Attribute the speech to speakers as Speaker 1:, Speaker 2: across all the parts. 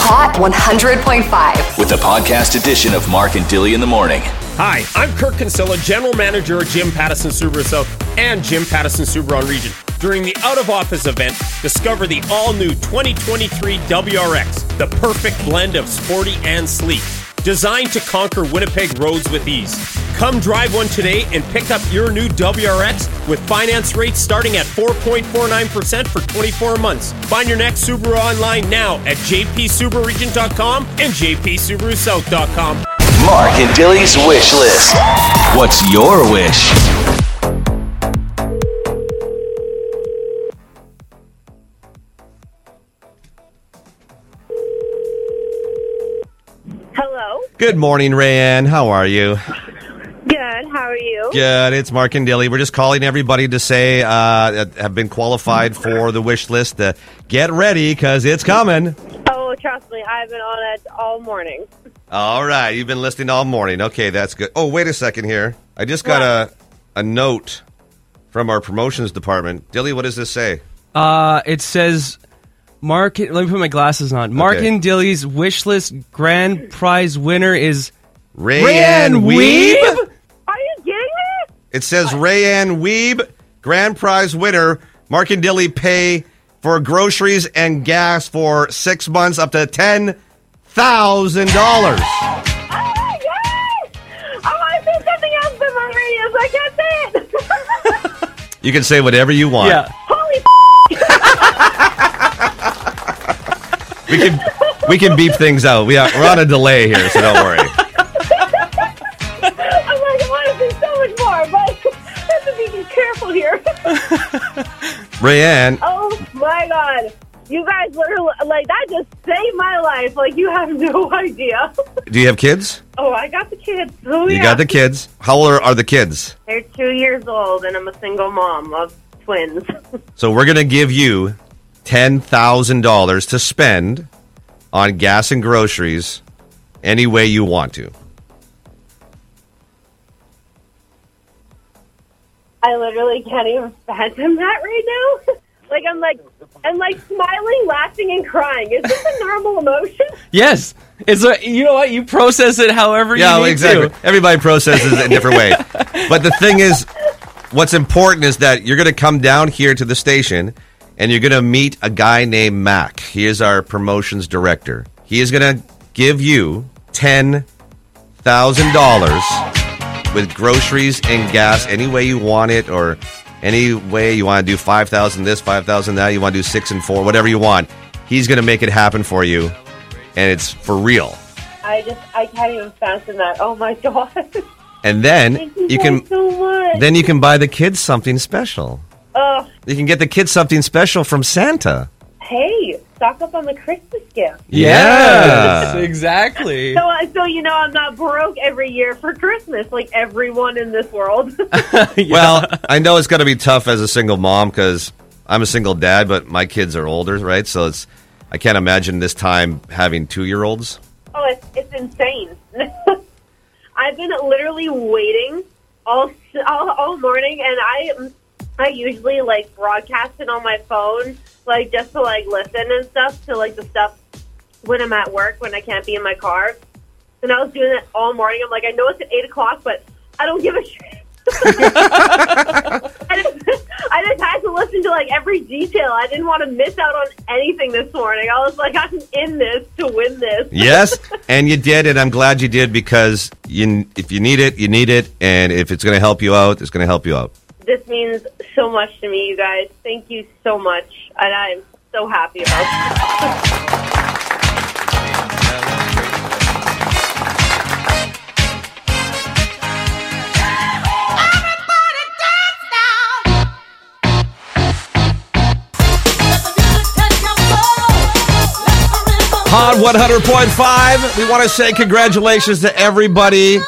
Speaker 1: Hot 100.5.
Speaker 2: with the podcast edition of Mark and Dilly in the morning.
Speaker 3: Hi, I'm Kirk Kinsella, General Manager at Jim Pattison Subaru South and Jim Pattison Subaru on Region. During the out of office event, discover the all new 2023 WRX, the perfect blend of sporty and sleek, designed to conquer Winnipeg roads with ease. Come drive one today and pick up your new WRX with finance rates starting at 4.49% for 24 months. Find your next Subaru online now at jpsubaruregion.com and jpsubarusouth.com.
Speaker 2: Mark and Dilly's wish list. What's your wish?
Speaker 4: Hello.
Speaker 5: Good morning, Rayanne. How are you?
Speaker 4: Good. How are you?
Speaker 5: Good. It's Mark and Dilly. We're just calling everybody to say uh, that have been qualified for the wish list. To get ready because it's coming.
Speaker 4: Oh, trust me, I've been on it all morning.
Speaker 5: All right, you've been listening all morning. Okay, that's good. Oh, wait a second here. I just got a a note from our promotions department. Dilly, what does this say?
Speaker 6: Uh, it says Mark. Let me put my glasses on. Mark
Speaker 5: Okay.
Speaker 6: and Dilly's wish list grand prize winner is
Speaker 5: Rayanne Weeb.
Speaker 4: Are you kidding me?
Speaker 5: It says Rayanne Weeb, grand prize winner. Mark and Dilly pay for groceries and gas for six months, up to ten thousand dollars.
Speaker 4: Oh my gosh! Oh, I said something else in my radius. I can't say it.
Speaker 5: You can say whatever you want.
Speaker 6: yeah.
Speaker 4: Holy! F-
Speaker 5: we can we can beep things out. We are, we're on a delay here, so don't worry.
Speaker 4: I'm like, I want to say so much more, but I have to be careful here.
Speaker 5: Rayanne,
Speaker 4: oh my god! You guys literally like that just saved my life. Like you have no idea.
Speaker 5: do you have kids?
Speaker 4: Oh, I got the kids. Oh
Speaker 5: You
Speaker 4: yeah.
Speaker 5: got the kids. How old are, are the kids?
Speaker 4: They're two years old, and I'm a single mom of twins.
Speaker 5: So we're gonna give you ten thousand dollars to spend on gas and groceries any way you want to.
Speaker 4: I literally can't even fathom that right now. Like I'm like I'm like smiling, laughing, and crying. Is this a normal emotion?
Speaker 6: Yes. It's a, you know what you process it however
Speaker 5: Yeah,
Speaker 6: you need
Speaker 5: exactly.
Speaker 6: to.
Speaker 5: Everybody processes it in different ways. But the thing is, what's important is that you're going to come down here to the station and you're going to meet a guy named Mac. He is our promotions director. He is going to give you $10,000 with groceries and gas any way you want it or any way you want to do 5,000 this, 5,000 that, you want to do 6 and 4, whatever you want. He's going to make it happen for you and it's for real.
Speaker 4: I just I can't even fathom that. Oh my god!
Speaker 5: And then
Speaker 4: Thank you,
Speaker 5: you
Speaker 4: guys
Speaker 5: can
Speaker 4: so much.
Speaker 5: Then you can buy the kids something special.
Speaker 4: Ugh,
Speaker 5: You can get the kids something special from Santa.
Speaker 4: hey, stock up on the Christmas gift.
Speaker 6: Yes, exactly.
Speaker 4: So uh, so you know I'm not broke every year for Christmas like everyone in this world.
Speaker 5: Well, I know it's going to be tough as a single mom because I'm a single dad, but my kids are older, right? So it's I can't imagine this time having two year olds.
Speaker 4: Oh, it's, it's insane. I've been literally waiting all, all all morning, and I I usually like broadcast it on my phone, like just to like listen and stuff to like the stuff when I'm at work when I can't be in my car. And I was doing that all morning. I'm like, I know it's at eight o'clock, but I don't give a shit. I just, I just had to listen to like every detail. I didn't want to miss out on anything this morning. I was like, I'm in this to win this.
Speaker 5: Yes, and you did, and I'm glad you did because you if you need it, you need it, and if it's going to help you out, it's going to help you out.
Speaker 4: This means so much to me, you guys. Thank you so much. And I'm so happy about it.
Speaker 5: Pod 100.5. We want to say congratulations to everybody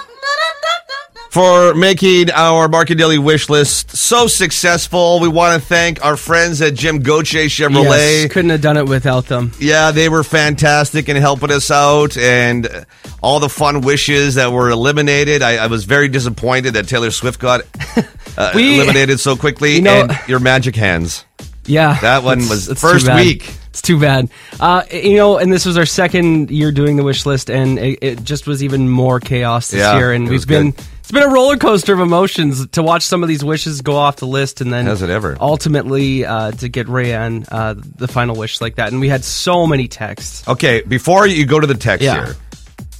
Speaker 5: for making our Market Daily wish list so successful. We want to thank our friends at Jim Goche Chevrolet.
Speaker 6: Yes, couldn't have done it without them.
Speaker 5: Yeah, they were fantastic in helping us out, and uh, all the fun wishes that were eliminated. I, I was very disappointed that Taylor Swift got uh,
Speaker 6: We-
Speaker 5: eliminated so quickly.
Speaker 6: You know-
Speaker 5: and your magic hands.
Speaker 6: Yeah,
Speaker 5: That one
Speaker 6: it's-
Speaker 5: was
Speaker 6: it's
Speaker 5: first
Speaker 6: too bad.
Speaker 5: week.
Speaker 6: It's too bad. Uh, you know, and this was our second year doing the wish list, and it, it just was even more chaos this
Speaker 5: Yeah,
Speaker 6: year. And
Speaker 5: it
Speaker 6: we've
Speaker 5: was
Speaker 6: been
Speaker 5: good.
Speaker 6: it's been a roller coaster of emotions to watch some of these wishes go off the list, and then
Speaker 5: Has it ever.
Speaker 6: ultimately uh, to get Rayanne uh, the final wish like that. And we had so many texts.
Speaker 5: Okay, before you go to the text
Speaker 6: Yeah.
Speaker 5: here,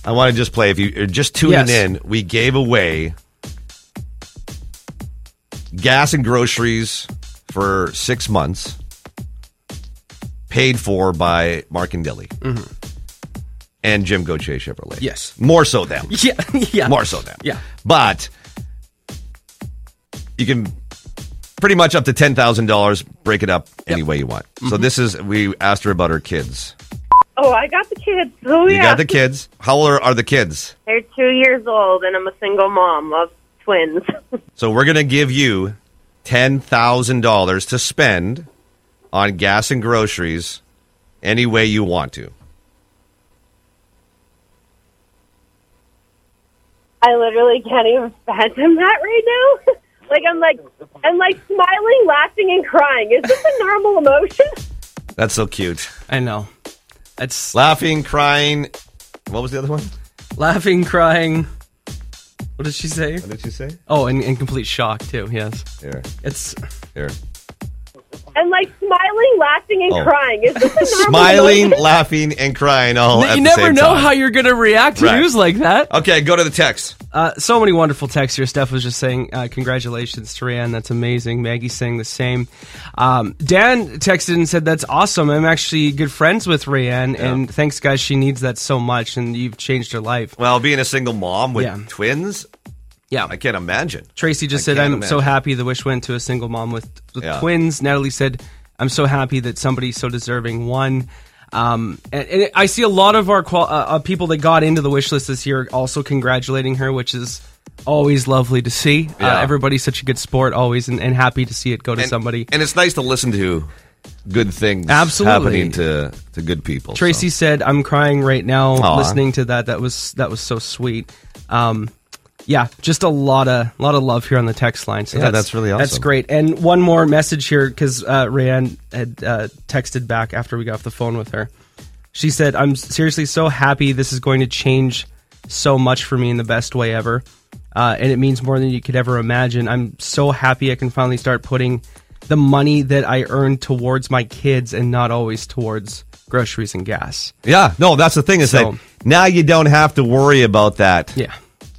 Speaker 5: I want to just play. If you- you're just tuning
Speaker 6: Yes.
Speaker 5: in, we gave away gas and groceries for six months, paid for by Mark and Dilly and Jim Gauthier Chevrolet.
Speaker 6: Mm-hmm. Yes.
Speaker 5: More so them.
Speaker 6: Yeah, yeah,
Speaker 5: More so them.
Speaker 6: Yeah.
Speaker 5: But you can pretty much up to $10,000 break it up any way you want. So
Speaker 6: Mm-hmm.
Speaker 5: this is, we asked her about her kids.
Speaker 4: Oh, I got the kids. Oh,
Speaker 5: You
Speaker 4: yeah.
Speaker 5: got the kids. How old are, are the kids?
Speaker 4: They're two years old, and I'm a single mom of twins.
Speaker 5: So we're gonna give you ten thousand dollars to spend on gas and groceries any way you want to.
Speaker 4: I literally can't even fathom that right now. like I'm like I'm like smiling, laughing, and crying. Is this a normal emotion?
Speaker 5: That's so cute.
Speaker 6: I know. It's
Speaker 5: Laughing, crying. What was the other one?
Speaker 6: laughing, crying. What did she say?
Speaker 5: What did you say?
Speaker 6: Oh, and, and complete shock too. Yes,
Speaker 5: Here,
Speaker 6: it's
Speaker 5: here.
Speaker 4: And like smiling, laughing, and
Speaker 5: Oh.
Speaker 4: crying. Is this a normal
Speaker 5: Smiling,
Speaker 4: emotion?
Speaker 5: laughing, and crying all at
Speaker 6: you
Speaker 5: the
Speaker 6: never
Speaker 5: same
Speaker 6: know
Speaker 5: time.
Speaker 6: how you're going to react to
Speaker 5: Right. Uh,
Speaker 6: news like that.
Speaker 5: Okay, go to the text.
Speaker 6: Uh, so many wonderful texts here. Steph was just saying, uh, congratulations to Ryan. That's amazing. Maggie's saying the same. Um, Dan texted and said, that's awesome. I'm actually good friends with Rayanne, and thanks, guys. She needs that so much, and you've changed her life.
Speaker 5: Well, being a single mom with
Speaker 6: Yeah.
Speaker 5: twins,
Speaker 6: Yeah.
Speaker 5: I can't imagine.
Speaker 6: Tracy just
Speaker 5: I
Speaker 6: said, I'm
Speaker 5: can't
Speaker 6: so
Speaker 5: imagine.
Speaker 6: happy the wish went to a single mom with, with
Speaker 5: Yeah.
Speaker 6: twins. Natalie said, I'm so happy that somebody so deserving won. Um, and, and I see a lot of our qual- uh, uh, people that got into the wish list this year also congratulating her, which is always lovely to see. Uh,
Speaker 5: Yeah.
Speaker 6: everybody's such a good sport always and, and happy to see it go to
Speaker 5: And-
Speaker 6: somebody.
Speaker 5: and it's nice to listen to good things
Speaker 6: Absolutely.
Speaker 5: happening to to good people. so.
Speaker 6: Tracy said, "I'm crying right now
Speaker 5: Aw.
Speaker 6: listening to that. That was that was so sweet." Um, yeah, just a lot of lot of love here on the text line. So
Speaker 5: Yeah, that's really
Speaker 6: That's
Speaker 5: awesome.
Speaker 6: great. And one more message here because uh, Rayanne had uh, texted back after we got off the phone with her. She said, "I'm seriously so happy. This is going to change so much for me in the best way ever, uh, and it means more than you could ever imagine. I'm so happy I can finally start putting." The money that I earn towards my kids and not always towards groceries and gas.
Speaker 5: Yeah, no, that's the thing is
Speaker 6: So-
Speaker 5: that now you don't have to worry about that
Speaker 6: Yeah,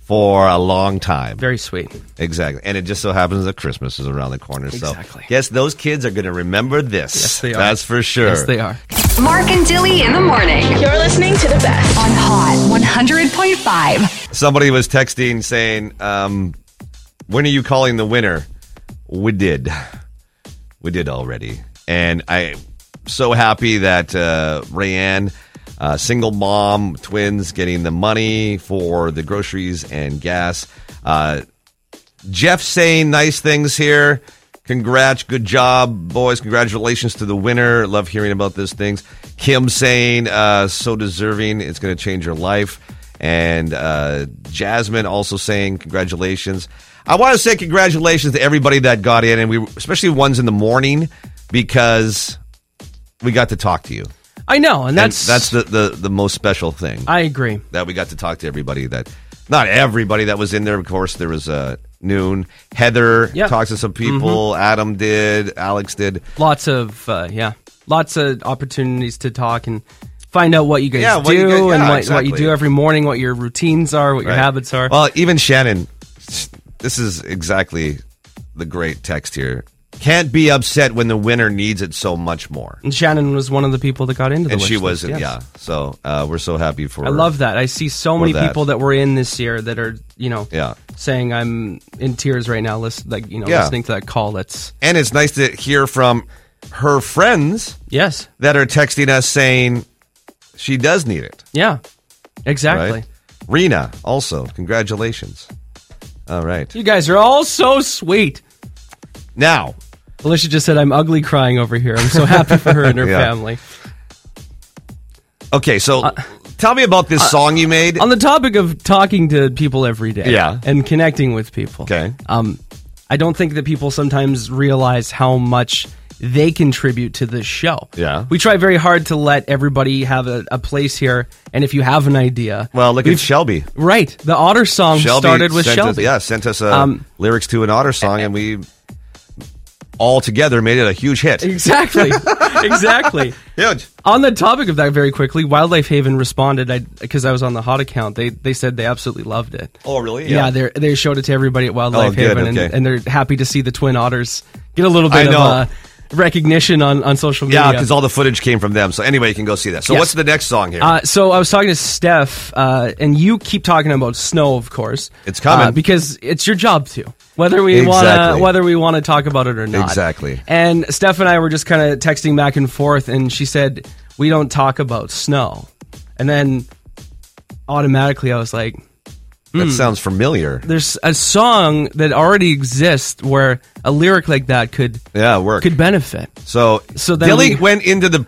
Speaker 5: for a long time.
Speaker 6: very sweet.
Speaker 5: exactly. And it just so happens that Christmas is around the corner.
Speaker 6: Exactly.
Speaker 5: So, yes, those kids are going to remember this.
Speaker 6: Yes, they are.
Speaker 5: That's for sure.
Speaker 6: Yes, they are.
Speaker 1: Mark and Dilly in the morning
Speaker 7: You're listening to the best.
Speaker 1: on Hot 100.5.
Speaker 5: Somebody was texting saying, um, when are you calling the winner? We did. We did already. And I'm so happy that uh, Rayanne, uh, single mom, twins, getting the money for the groceries and gas. Uh, Jeff saying nice things here. Congrats, good job, boys. Congratulations to the winner. Love hearing about these things. Kim saying, uh, so deserving. It's going to change your life. And uh, Jasmine also saying, congratulations. I want to say congratulations to everybody that got in, and we especially ones in the morning because we got to talk to you.
Speaker 6: I know, and
Speaker 5: And
Speaker 6: that's
Speaker 5: that's the, the, the most special thing
Speaker 6: I agree.
Speaker 5: that we got to talk to everybody that not everybody that was in there of course there was uh, noon heather
Speaker 6: Yeah. Mm-hmm.
Speaker 5: talked to some people adam did alex did
Speaker 6: Lots of uh, yeah, lots of opportunities to talk and find out what you guys
Speaker 5: Yeah,
Speaker 6: do
Speaker 5: what you guys-
Speaker 6: and
Speaker 5: yeah,
Speaker 6: what, what
Speaker 5: exactly.
Speaker 6: you do every morning, what your routines are, what your
Speaker 5: Right.
Speaker 6: habits are.
Speaker 5: well even shannon this is exactly the great text here can't be upset when the winner needs it so much more
Speaker 6: and Shannon was one of the people that got into the
Speaker 5: and she
Speaker 6: wish list,
Speaker 5: was
Speaker 6: yes.
Speaker 5: yeah so uh, we're so happy for
Speaker 6: I love that. I see so many
Speaker 5: that.
Speaker 6: people that were in this year that are, you know,
Speaker 5: Yeah.
Speaker 6: saying I'm in tears right now. Listen, like you know,
Speaker 5: Yeah.
Speaker 6: listening to that call. That's
Speaker 5: and it's nice to hear from her friends
Speaker 6: yes,
Speaker 5: that are texting us saying she does need it
Speaker 6: yeah, exactly.
Speaker 5: right? Rena, also, congratulations. All right.
Speaker 6: You guys are all so sweet.
Speaker 5: Now,
Speaker 6: Alicia just said, "I'm ugly crying over here. I'm so happy for her and her
Speaker 5: Yeah.
Speaker 6: family."
Speaker 5: okay, so
Speaker 6: Uh,
Speaker 5: tell me about this song you made.
Speaker 6: On the topic of talking to people every day,
Speaker 5: Yeah.
Speaker 6: and connecting with people,
Speaker 5: Okay.
Speaker 6: Um, I don't think that people sometimes realize how much they contribute to this show.
Speaker 5: Yeah.
Speaker 6: We try very hard to let everybody have a, a place here. And if you have an idea,
Speaker 5: Well, look at Shelby.
Speaker 6: right, the Otter song
Speaker 5: Shelby
Speaker 6: started with
Speaker 5: sent us-
Speaker 6: Shelby.
Speaker 5: yeah, sent us uh,
Speaker 6: Um,
Speaker 5: lyrics to an otter song, and we all together made it a huge hit.
Speaker 6: Exactly. exactly.
Speaker 5: Huge.
Speaker 6: on the topic of that very quickly wildlife haven responded because I, was on the hot account they they said they absolutely loved it
Speaker 5: Oh, really?
Speaker 6: yeah, they they showed it to everybody at wildlife
Speaker 5: Oh, good,
Speaker 6: haven and,
Speaker 5: okay.
Speaker 6: and they're happy to see the twin otters get a little
Speaker 5: I
Speaker 6: bit of
Speaker 5: know.
Speaker 6: uh, recognition on, on social media
Speaker 5: because all the footage came from them. So anyway, you can go see that. So
Speaker 6: Yes.
Speaker 5: what's the next song here?
Speaker 6: Uh, so I was talking to Steph, uh, and you keep talking about snow, of course.
Speaker 5: It's coming.
Speaker 6: uh, because it's your job to, whether we wanna
Speaker 5: Exactly.
Speaker 6: whether we want to talk about it or not.
Speaker 5: Exactly.
Speaker 6: And Steph and I were just kind of texting back and forth, and she said we don't talk about snow, and then automatically I was like,
Speaker 5: that sounds familiar.
Speaker 6: "There's a song that already exists where a lyric like that could
Speaker 5: Yeah, work.
Speaker 6: could benefit."
Speaker 5: so
Speaker 6: So then
Speaker 5: Dilly
Speaker 6: we-
Speaker 5: went into the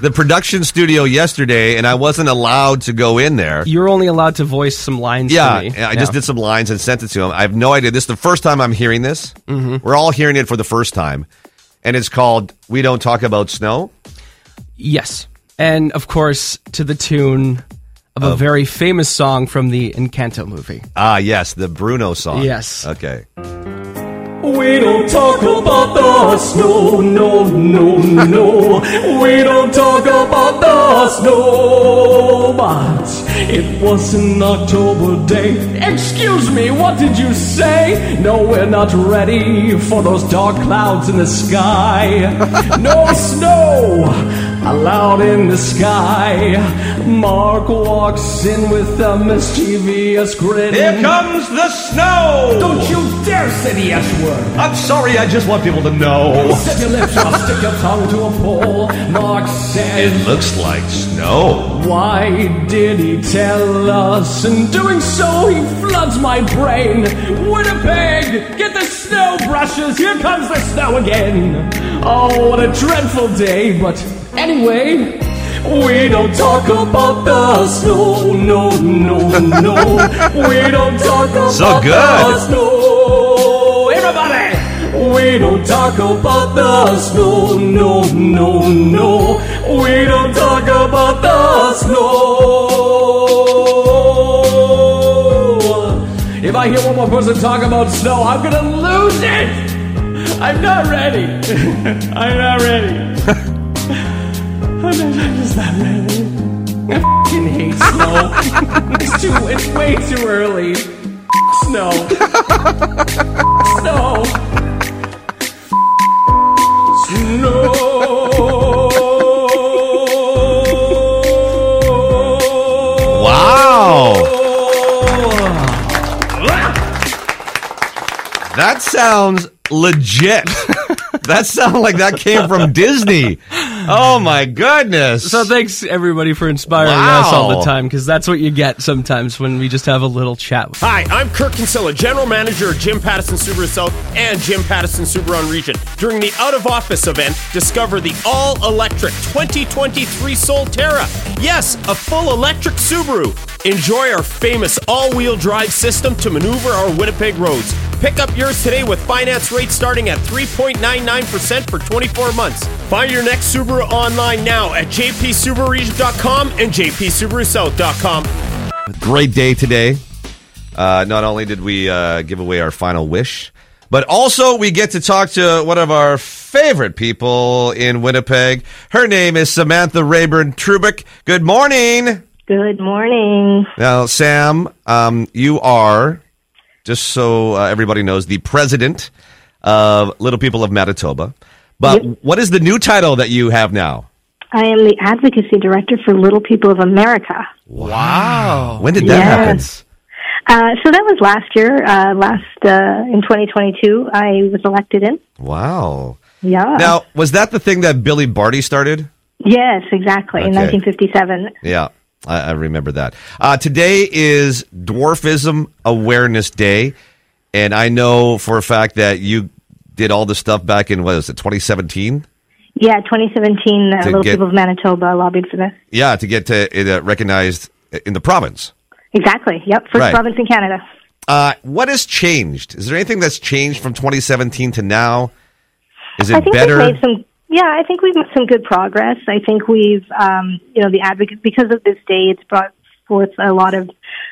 Speaker 5: the production studio yesterday, and I wasn't allowed to go in there.
Speaker 6: You're only allowed to voice some lines.
Speaker 5: yeah,
Speaker 6: to me.
Speaker 5: and I just did some lines and sent it to him. I have no idea. This is the first time I'm hearing this. Mm-hmm. We're all hearing it for the first time, and it's called "We Don't Talk About Snow."
Speaker 6: Yes. And of course, to the tune of a very famous song from the Encanto movie.
Speaker 5: Ah, yes, the Bruno song.
Speaker 6: Yes.
Speaker 5: Okay.
Speaker 7: We don't talk about the snow, no, no, no. we don't talk about the snow, but it was an October day. Excuse me, what did you say? No, we're not ready for those dark clouds in the sky. no snow allowed in the sky. Mark walks in with a mischievous grin.
Speaker 5: comes the snow.
Speaker 7: don't you dare say the S word!
Speaker 5: I'm sorry. I just want people to know.
Speaker 7: Set your lips up, stick your tongue to a pole. Mark said,
Speaker 5: It looks like snow.
Speaker 7: Why did he tell us? In doing so, he floods my brain. Winnipeg, get the snow brushes. Here comes the snow again. Oh, what a dreadful day. But anyway, we don't talk about the snow. No, no, no. we don't talk about
Speaker 5: So good.
Speaker 7: the snow. Everybody! We don't talk about the snow, no, no, no. We don't talk about the snow. If I hear one more person talk about snow, I'm gonna lose it! I'm not ready. I'm not ready. I'm not- I'm just not ready. I fing hate snow. it's too. It's way too early. Snow. snow. Snow.
Speaker 5: Wow. That sounds legit. that sounds like that came from Disney. Oh my goodness.
Speaker 6: So thanks everybody for inspiring
Speaker 5: Wow.
Speaker 6: us all the time because that's what you get sometimes when we just have a little chat.
Speaker 3: Hi, I'm Kirk Kinsella, General Manager of Jim Pattison Subaru South and Jim Pattison Subaru Region. During the out of office event, discover the all electric 2023 Solterra. Yes, a full electric Subaru. Enjoy our famous all wheel drive system to maneuver our Winnipeg roads. Pick up yours today with finance rates starting at 3.99% for 24 months. Find your next Subaru online now at jpsubaruregion.com and jpsubarusouth.com.
Speaker 5: Great day today. Uh, not only did we uh, give away our final wish, but also we get to talk to one of our favorite people in Winnipeg. Her name is Samantha Rayburn Trubick. Good morning.
Speaker 8: Good morning.
Speaker 5: Now, Sam, um, you are, just so uh, everybody knows, the president of Little People of Manitoba. But what is the new title that you have now?
Speaker 8: I am the Advocacy Director for Little People of America.
Speaker 6: Wow.
Speaker 5: When did that
Speaker 8: Yes. Uh, so that was last year, uh, last uh, in 2022, I was elected in.
Speaker 5: happen? Wow.
Speaker 8: Yeah.
Speaker 5: Now, was that the thing that Billy Barty started?
Speaker 8: yes, exactly. In
Speaker 5: Okay.
Speaker 8: 1957.
Speaker 5: Yeah, I, I remember that. Uh, today is Dwarfism Awareness Day, and I know for a fact that you did all the stuff back in what was it, 2017?
Speaker 8: Yeah, 2017, uh,
Speaker 5: To
Speaker 8: Little
Speaker 5: get-
Speaker 8: People of Manitoba lobbied for this.
Speaker 5: Yeah, to get to it uh, recognized in the province.
Speaker 8: Exactly. Yep. First
Speaker 5: Right.
Speaker 8: province in Canada.
Speaker 5: Uh, what has changed? Is there anything that's changed from 2017 to now Is
Speaker 8: I
Speaker 5: it
Speaker 8: think we've
Speaker 5: better?
Speaker 8: made some. Yeah, I think we've made some good progress. I think we've, um, you know, the advocate because of this day, it's brought forth a lot of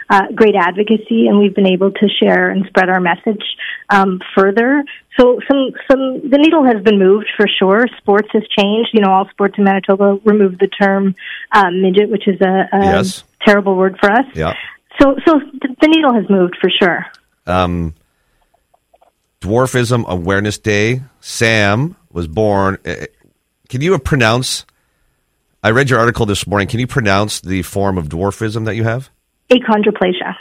Speaker 8: uh, great advocacy, and we've been able to share and spread our message um, further. So, some some the needle has been moved for sure. Sports has changed. You know, all sports in Manitoba removed the term uh, midget, which is a, a
Speaker 5: Yes.
Speaker 8: terrible word for us.
Speaker 5: Yeah.
Speaker 8: So, so th- the needle has moved for sure.
Speaker 5: um, Dwarfism Awareness Day. Sam was born. eh, eh, Can you pronounce? I read your article this morning. Can you pronounce the form of dwarfism that you have?
Speaker 8: Achondroplasia.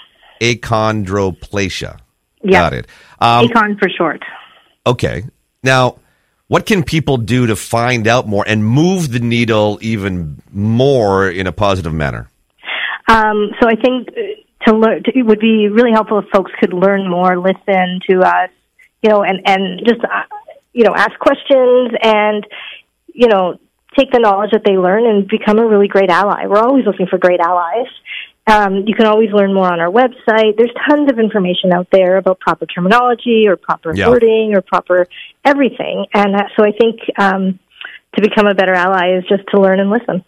Speaker 5: Achondroplasia.
Speaker 8: Yeah.
Speaker 5: Got it. Um,
Speaker 8: Achon for short.
Speaker 5: okay. Now, what can people do to find out more and move the needle even more in a positive manner?
Speaker 8: Um, so I think uh, to learn to, it would be really helpful if folks could learn more, listen to us, you know, and and just uh, you know ask questions and you know take the knowledge that they learn and become a really great ally. We're always looking for great allies. Um, you can always learn more on our website. There's tons of information out there about proper terminology or proper
Speaker 5: Yeah.
Speaker 8: wording or proper everything. And uh, so I think um, to become a better ally is just to learn and listen.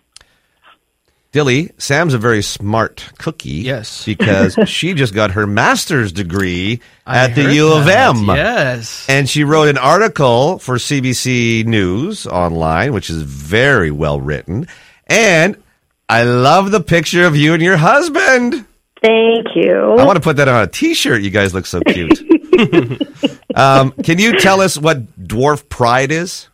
Speaker 5: Dilly, Sam's a very smart cookie.
Speaker 6: Yes.
Speaker 5: Because she just got her master's degree
Speaker 6: I
Speaker 5: at the
Speaker 6: heard
Speaker 5: U of
Speaker 6: that.
Speaker 5: M.
Speaker 6: Yes.
Speaker 5: And she wrote an article for CBC News online, which is very well written. And I love the picture of you and your husband.
Speaker 8: Thank you.
Speaker 5: I want to put that on a t shirt. You guys look so cute. um, can you tell us what dwarf pride is?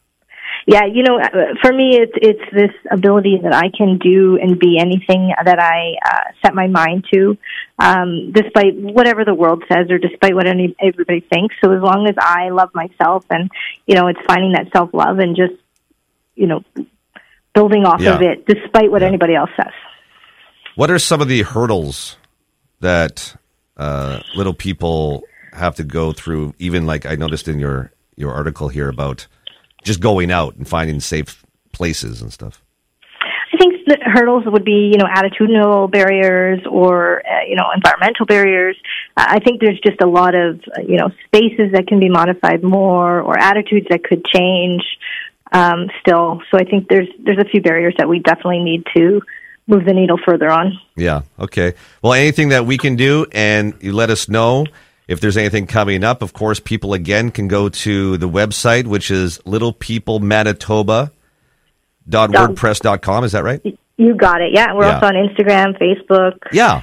Speaker 8: Yeah, you know, uh, for me, it's it's this ability that I can do and be anything that I uh, set my mind to, um, despite whatever the world says or despite what any everybody thinks. So as long as I love myself, and you know, it's finding that self love and just you know building off
Speaker 5: Yeah.
Speaker 8: of it, despite what anybody else says.
Speaker 5: What are some of the hurdles that uh, little people have to go through? Even like I noticed in your your article here about just going out and finding safe places and stuff.
Speaker 8: I think the hurdles would be, you know, attitudinal barriers or, uh, you know, environmental barriers. Uh, I I think there's just a lot of, uh, you know, spaces that can be modified more or attitudes that could change um, still. So I think there's there's a few barriers that we definitely need to move the needle further on.
Speaker 5: Yeah. Okay. Well, anything that we can do, and you let us know if there's anything coming up. Of course, people again can go to the website, which is littlepeoplemanitoba.wordpress.com. Is that right?
Speaker 8: You got it. Yeah, we're
Speaker 5: Yeah.
Speaker 8: also on Instagram, Facebook.
Speaker 5: Yeah.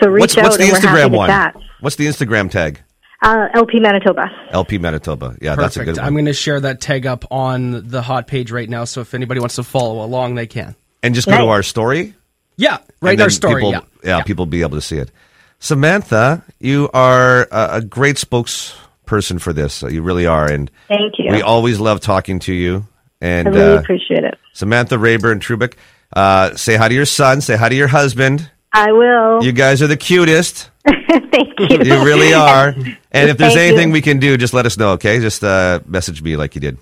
Speaker 8: So reach
Speaker 5: what's
Speaker 8: out
Speaker 5: what's the
Speaker 8: and we're
Speaker 5: Instagram
Speaker 8: happy
Speaker 5: one?
Speaker 8: at that.
Speaker 5: What's the Instagram tag?
Speaker 8: Uh, LP Manitoba.
Speaker 5: LP Manitoba. Yeah, Uh, that's a
Speaker 6: Perfect.
Speaker 5: good one.
Speaker 6: I'm going to share that tag up on the hot page right now. So if anybody wants to follow along, they can.
Speaker 5: and just go to
Speaker 8: Nice.
Speaker 5: our story.
Speaker 6: Yeah.
Speaker 5: and
Speaker 6: Write
Speaker 5: then
Speaker 6: our story.
Speaker 5: People,
Speaker 6: yeah.
Speaker 5: people be able to see it. Samantha, you are a, a great spokesperson for this. You really are, and
Speaker 8: Thank you.
Speaker 5: we always love talking to you. And
Speaker 8: I really
Speaker 5: uh,
Speaker 8: appreciate it.
Speaker 5: Samantha Rayburn Trubick, uh, say hi to your son. Say hi to your husband.
Speaker 8: I will.
Speaker 5: You guys are the cutest.
Speaker 8: Thank you.
Speaker 5: You really are. And if there's
Speaker 8: Thank
Speaker 5: anything
Speaker 8: you.
Speaker 5: we can do, just let us know. Okay, just uh, message me like you did.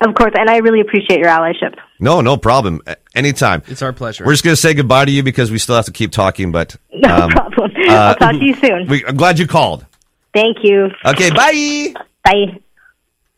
Speaker 8: Of course, and I really appreciate your allyship.
Speaker 5: No, no problem. A- Anytime.
Speaker 6: It's our pleasure.
Speaker 5: We're just going to say goodbye to you because we still have to keep talking, but
Speaker 8: No problem. I'll talk to you soon.
Speaker 5: we, I'm glad you called.
Speaker 8: Thank you.
Speaker 5: Okay, bye.
Speaker 8: Bye.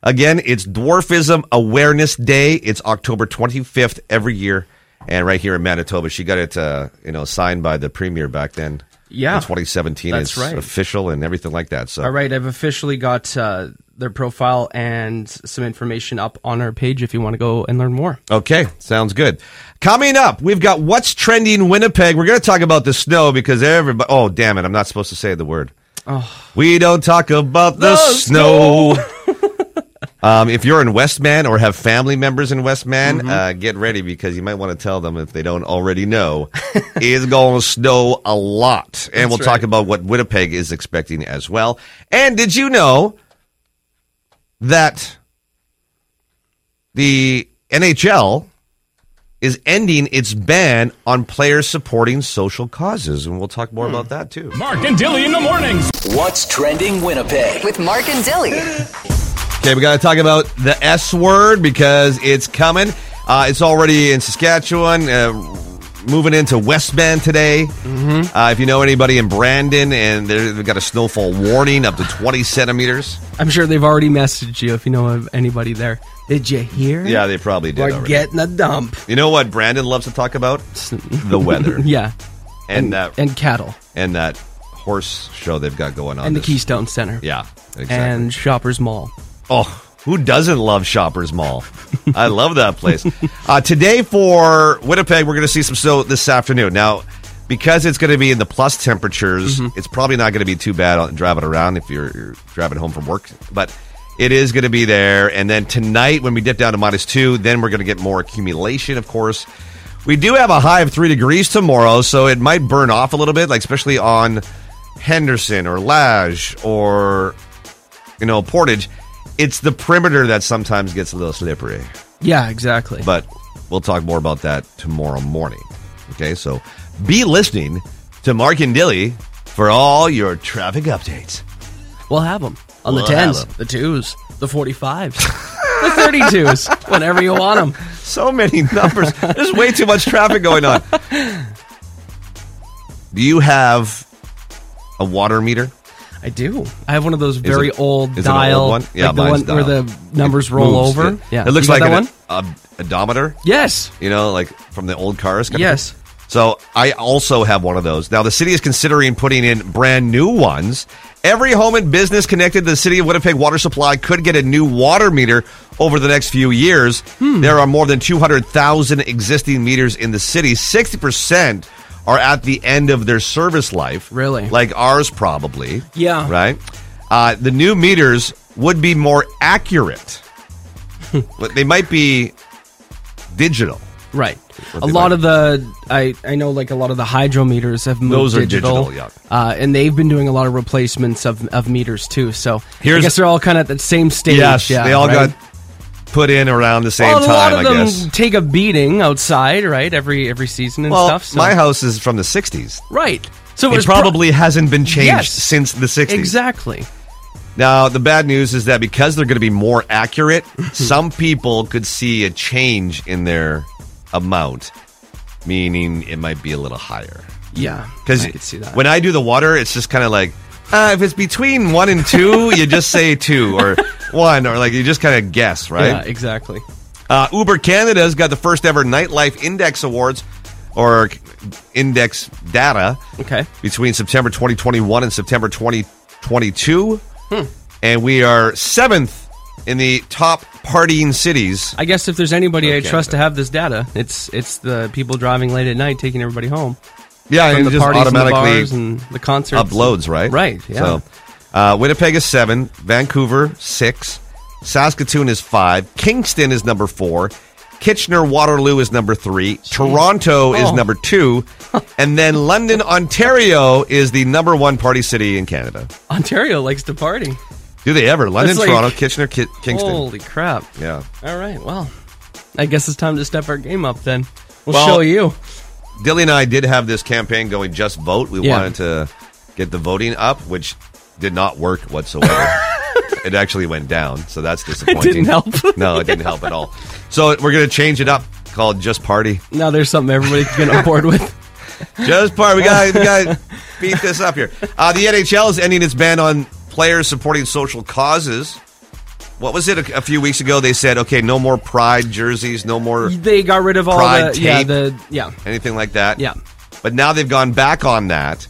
Speaker 5: Again, it's Dwarfism Awareness Day. It's October 25th every year, and right here in Manitoba, she got it, uh, you know, signed by the premier back then.
Speaker 6: Yeah.
Speaker 5: in 2017.
Speaker 6: That's
Speaker 5: it's
Speaker 6: right.
Speaker 5: official and everything like that. So,
Speaker 6: All right, I've officially got uh, their profile and some information up on our page if you want to go and learn more.
Speaker 5: okay, sounds good. Coming up, we've got what's trending Winnipeg. We're going to talk about the snow because everybody. Oh, damn it! I'm not supposed to say the word. We don't talk about the,
Speaker 6: The
Speaker 5: snow. um, if you're in Westman or have family members in Westman, uh, get ready because you might want to tell them if they don't already know. it's going to snow a lot. And we'll talk about what Winnipeg is expecting as well. And did you know that the NHL is ending its ban on players supporting social causes? And we'll talk
Speaker 6: Hmm.
Speaker 5: more about that too.
Speaker 7: Mark and Dilly in the mornings.
Speaker 2: What's trending Winnipeg?
Speaker 1: With Mark and Dilly.
Speaker 5: Okay, we got to talk about the S word because it's coming. Uh, it's already in Saskatchewan. Uh, moving into West Bend today. Uh, if you know anybody in Brandon, and they're- they've got a snowfall warning up to 20 centimeters.
Speaker 6: I'm sure they've already messaged you if you know of anybody there. Did you hear?
Speaker 5: Yeah, they probably did
Speaker 6: We're
Speaker 5: already.
Speaker 6: getting a dump.
Speaker 5: you know what Brandon loves to talk about? The weather.
Speaker 6: Yeah,
Speaker 5: And that
Speaker 6: and cattle
Speaker 5: and that horse show they've got going on.
Speaker 6: and the
Speaker 5: this-
Speaker 6: Keystone Center.
Speaker 5: Yeah, exactly.
Speaker 6: and Shoppers Mall.
Speaker 5: Oh, who doesn't love Shoppers Mall? I love that place. Uh, today for Winnipeg, we're going to see some snow this afternoon. Now, because it's going to be in the plus temperatures, it's probably not going to be too bad on driving around if you're, you're driving home from work. But it is going to be there. And then tonight, when we dip down to minus two, then we're going to get more accumulation, of course. We do have a high of three degrees tomorrow, so it might burn off a little bit, like especially on Henderson or Lage or you know, Portage, it's the perimeter that sometimes gets a little slippery.
Speaker 6: Yeah, exactly.
Speaker 5: But we'll talk more about that tomorrow morning. Okay, so be listening to Mark and Dilly for all your traffic updates.
Speaker 6: we'll have them on
Speaker 5: We'll
Speaker 6: the
Speaker 5: have
Speaker 6: tens,
Speaker 5: 'em.
Speaker 6: the twos, the forty fives, the thirty twos, whenever you want them.
Speaker 5: So many numbers. There's way too much traffic going on. Do you have a water meter?
Speaker 6: I do. I have one of those very
Speaker 5: it-
Speaker 6: old
Speaker 5: is it an old
Speaker 6: dial,
Speaker 5: one? Yeah,
Speaker 6: like the
Speaker 5: mine's
Speaker 6: one where
Speaker 5: dial.
Speaker 6: the numbers roll
Speaker 5: Moves.
Speaker 6: over.
Speaker 5: It,
Speaker 6: Yeah,
Speaker 5: it looks
Speaker 6: You
Speaker 5: like
Speaker 6: got that
Speaker 5: an
Speaker 6: one.
Speaker 5: a- odometer.
Speaker 6: Yes.
Speaker 5: you know, like from the old cars. kind of
Speaker 6: Yes.
Speaker 5: thing. So I also have one of those. Now the city is considering putting in brand new ones. Every home and business connected to the city of Winnipeg water supply could get a new water meter over the next few years.
Speaker 6: Hmm.
Speaker 5: There are more than 200,000 existing meters in the city. 60% are at the end of their service life.
Speaker 6: Really?
Speaker 5: Like ours probably.
Speaker 6: Yeah.
Speaker 5: Right? Uh, the new meters would be more accurate. but they might be digital.
Speaker 6: Right.
Speaker 5: What
Speaker 6: A
Speaker 5: they
Speaker 6: lot
Speaker 5: like.
Speaker 6: of the I I know like a lot of the hydrometers have moved
Speaker 5: Those are
Speaker 6: digital,
Speaker 5: digital,
Speaker 6: uh, and they've been doing a lot of replacements of, of meters too. So I
Speaker 5: Here's-
Speaker 6: guess they're all kind of at the same stage.
Speaker 5: Yes,
Speaker 6: yeah,
Speaker 5: they all got
Speaker 6: right?
Speaker 5: put in around the same
Speaker 6: well, a lot
Speaker 5: time,
Speaker 6: of
Speaker 5: I
Speaker 6: them
Speaker 5: guess.
Speaker 6: take a beating outside, right? Every every season and
Speaker 5: Well,
Speaker 6: stuff. So.
Speaker 5: my house is from the 60s.
Speaker 6: right. So
Speaker 5: It
Speaker 6: was pro-
Speaker 5: probably hasn't been changed
Speaker 6: Yes.
Speaker 5: since the 60s.
Speaker 6: exactly.
Speaker 5: Now, the bad news is that because they're going to be more accurate, some people could see a change in their amount, meaning it might be a little higher.
Speaker 6: Yeah,
Speaker 5: Because
Speaker 6: I could see that.
Speaker 5: when I do the water, it's just kind of like, uh, if it's between one and two, you just say two or one, or like you just kind of guess, right?
Speaker 6: yeah, exactly.
Speaker 5: Uh, Uber Canada's got the first ever Nightlife Index Awards or c- index data
Speaker 6: Okay.
Speaker 5: between September 2021 and September 2022.
Speaker 6: Hmm.
Speaker 5: And we are seventh in the top partying cities.
Speaker 6: I guess if there's anybody I
Speaker 5: Okay.
Speaker 6: trust to have this data, it's it's the people driving late at night taking everybody home.
Speaker 5: Yeah,
Speaker 6: From
Speaker 5: and
Speaker 6: the
Speaker 5: it just
Speaker 6: parties
Speaker 5: automatically
Speaker 6: and the bars and the concerts.
Speaker 5: uploads, right?
Speaker 6: Right, yeah.
Speaker 5: So, uh, Winnipeg is seven, Vancouver six, Saskatoon is five, Kingston is number four, Kitchener Waterloo is number three, Toronto is
Speaker 6: Oh.
Speaker 5: number two, and then London, Ontario is the number one party city in Canada.
Speaker 6: Ontario likes to party.
Speaker 5: Do they ever? London,
Speaker 6: That's like-
Speaker 5: Toronto, Kitchener, Ki- Kingston.
Speaker 6: Holy crap.
Speaker 5: Yeah.
Speaker 6: All right, well, I guess it's time to step our game up then. We'll,
Speaker 5: Well-
Speaker 6: show you.
Speaker 5: Dilly and I did have this campaign going just vote. We
Speaker 6: Yeah.
Speaker 5: wanted to get the voting up, which did not work whatsoever. it actually went down, so that's disappointing.
Speaker 6: didn't help.
Speaker 5: no, it didn't help at all. So we're going to change it up called Just Party.
Speaker 6: Now there's something everybody can get on board with.
Speaker 5: Just Party. We got we got to beat this up here. Uh, the NHL is ending its ban on players supporting social causes. What was it a, a few weeks ago? They said, okay, no more pride jerseys, no more
Speaker 6: They got rid of all
Speaker 5: Pride
Speaker 6: the yeah,
Speaker 5: tape.
Speaker 6: the yeah.
Speaker 5: anything like that.
Speaker 6: Yeah.
Speaker 5: But now they've gone back on that,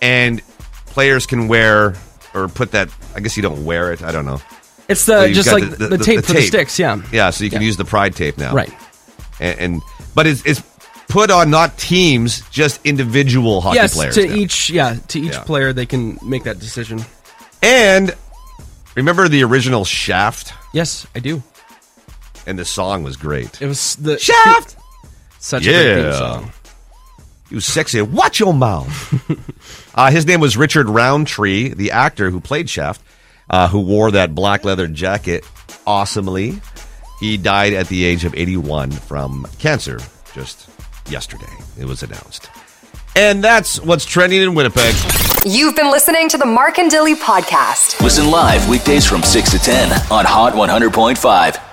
Speaker 5: and players can wear or put that. I guess you don't wear it. I don't know.
Speaker 6: It's the
Speaker 5: So you've
Speaker 6: just
Speaker 5: got
Speaker 6: like the, the tape for the sticks, yeah.
Speaker 5: Yeah, so you can
Speaker 6: Yeah.
Speaker 5: use the pride tape now.
Speaker 6: Right.
Speaker 5: And, and but it's it's put on not teams, just individual hockey
Speaker 6: Yes,
Speaker 5: players.
Speaker 6: to
Speaker 5: now.
Speaker 6: each yeah, to each
Speaker 5: Yeah.
Speaker 6: player they can make that decision.
Speaker 5: And remember the original Shaft,
Speaker 6: Yes, I do.
Speaker 5: and the song was great.
Speaker 6: It was the
Speaker 5: Shaft!
Speaker 6: Such a great theme
Speaker 5: Yeah.
Speaker 6: song.
Speaker 5: You sexy. Watch your mouth. uh, his name was Richard Roundtree, the actor who played Shaft, uh, who wore that black leather jacket awesomely. He died at the age of 81 from cancer just yesterday. It was announced. And that's what's trending in Winnipeg.
Speaker 1: You've been listening to the Mark and Dilly podcast.
Speaker 2: Listen live weekdays from 6 to 10 on Hot 100.5.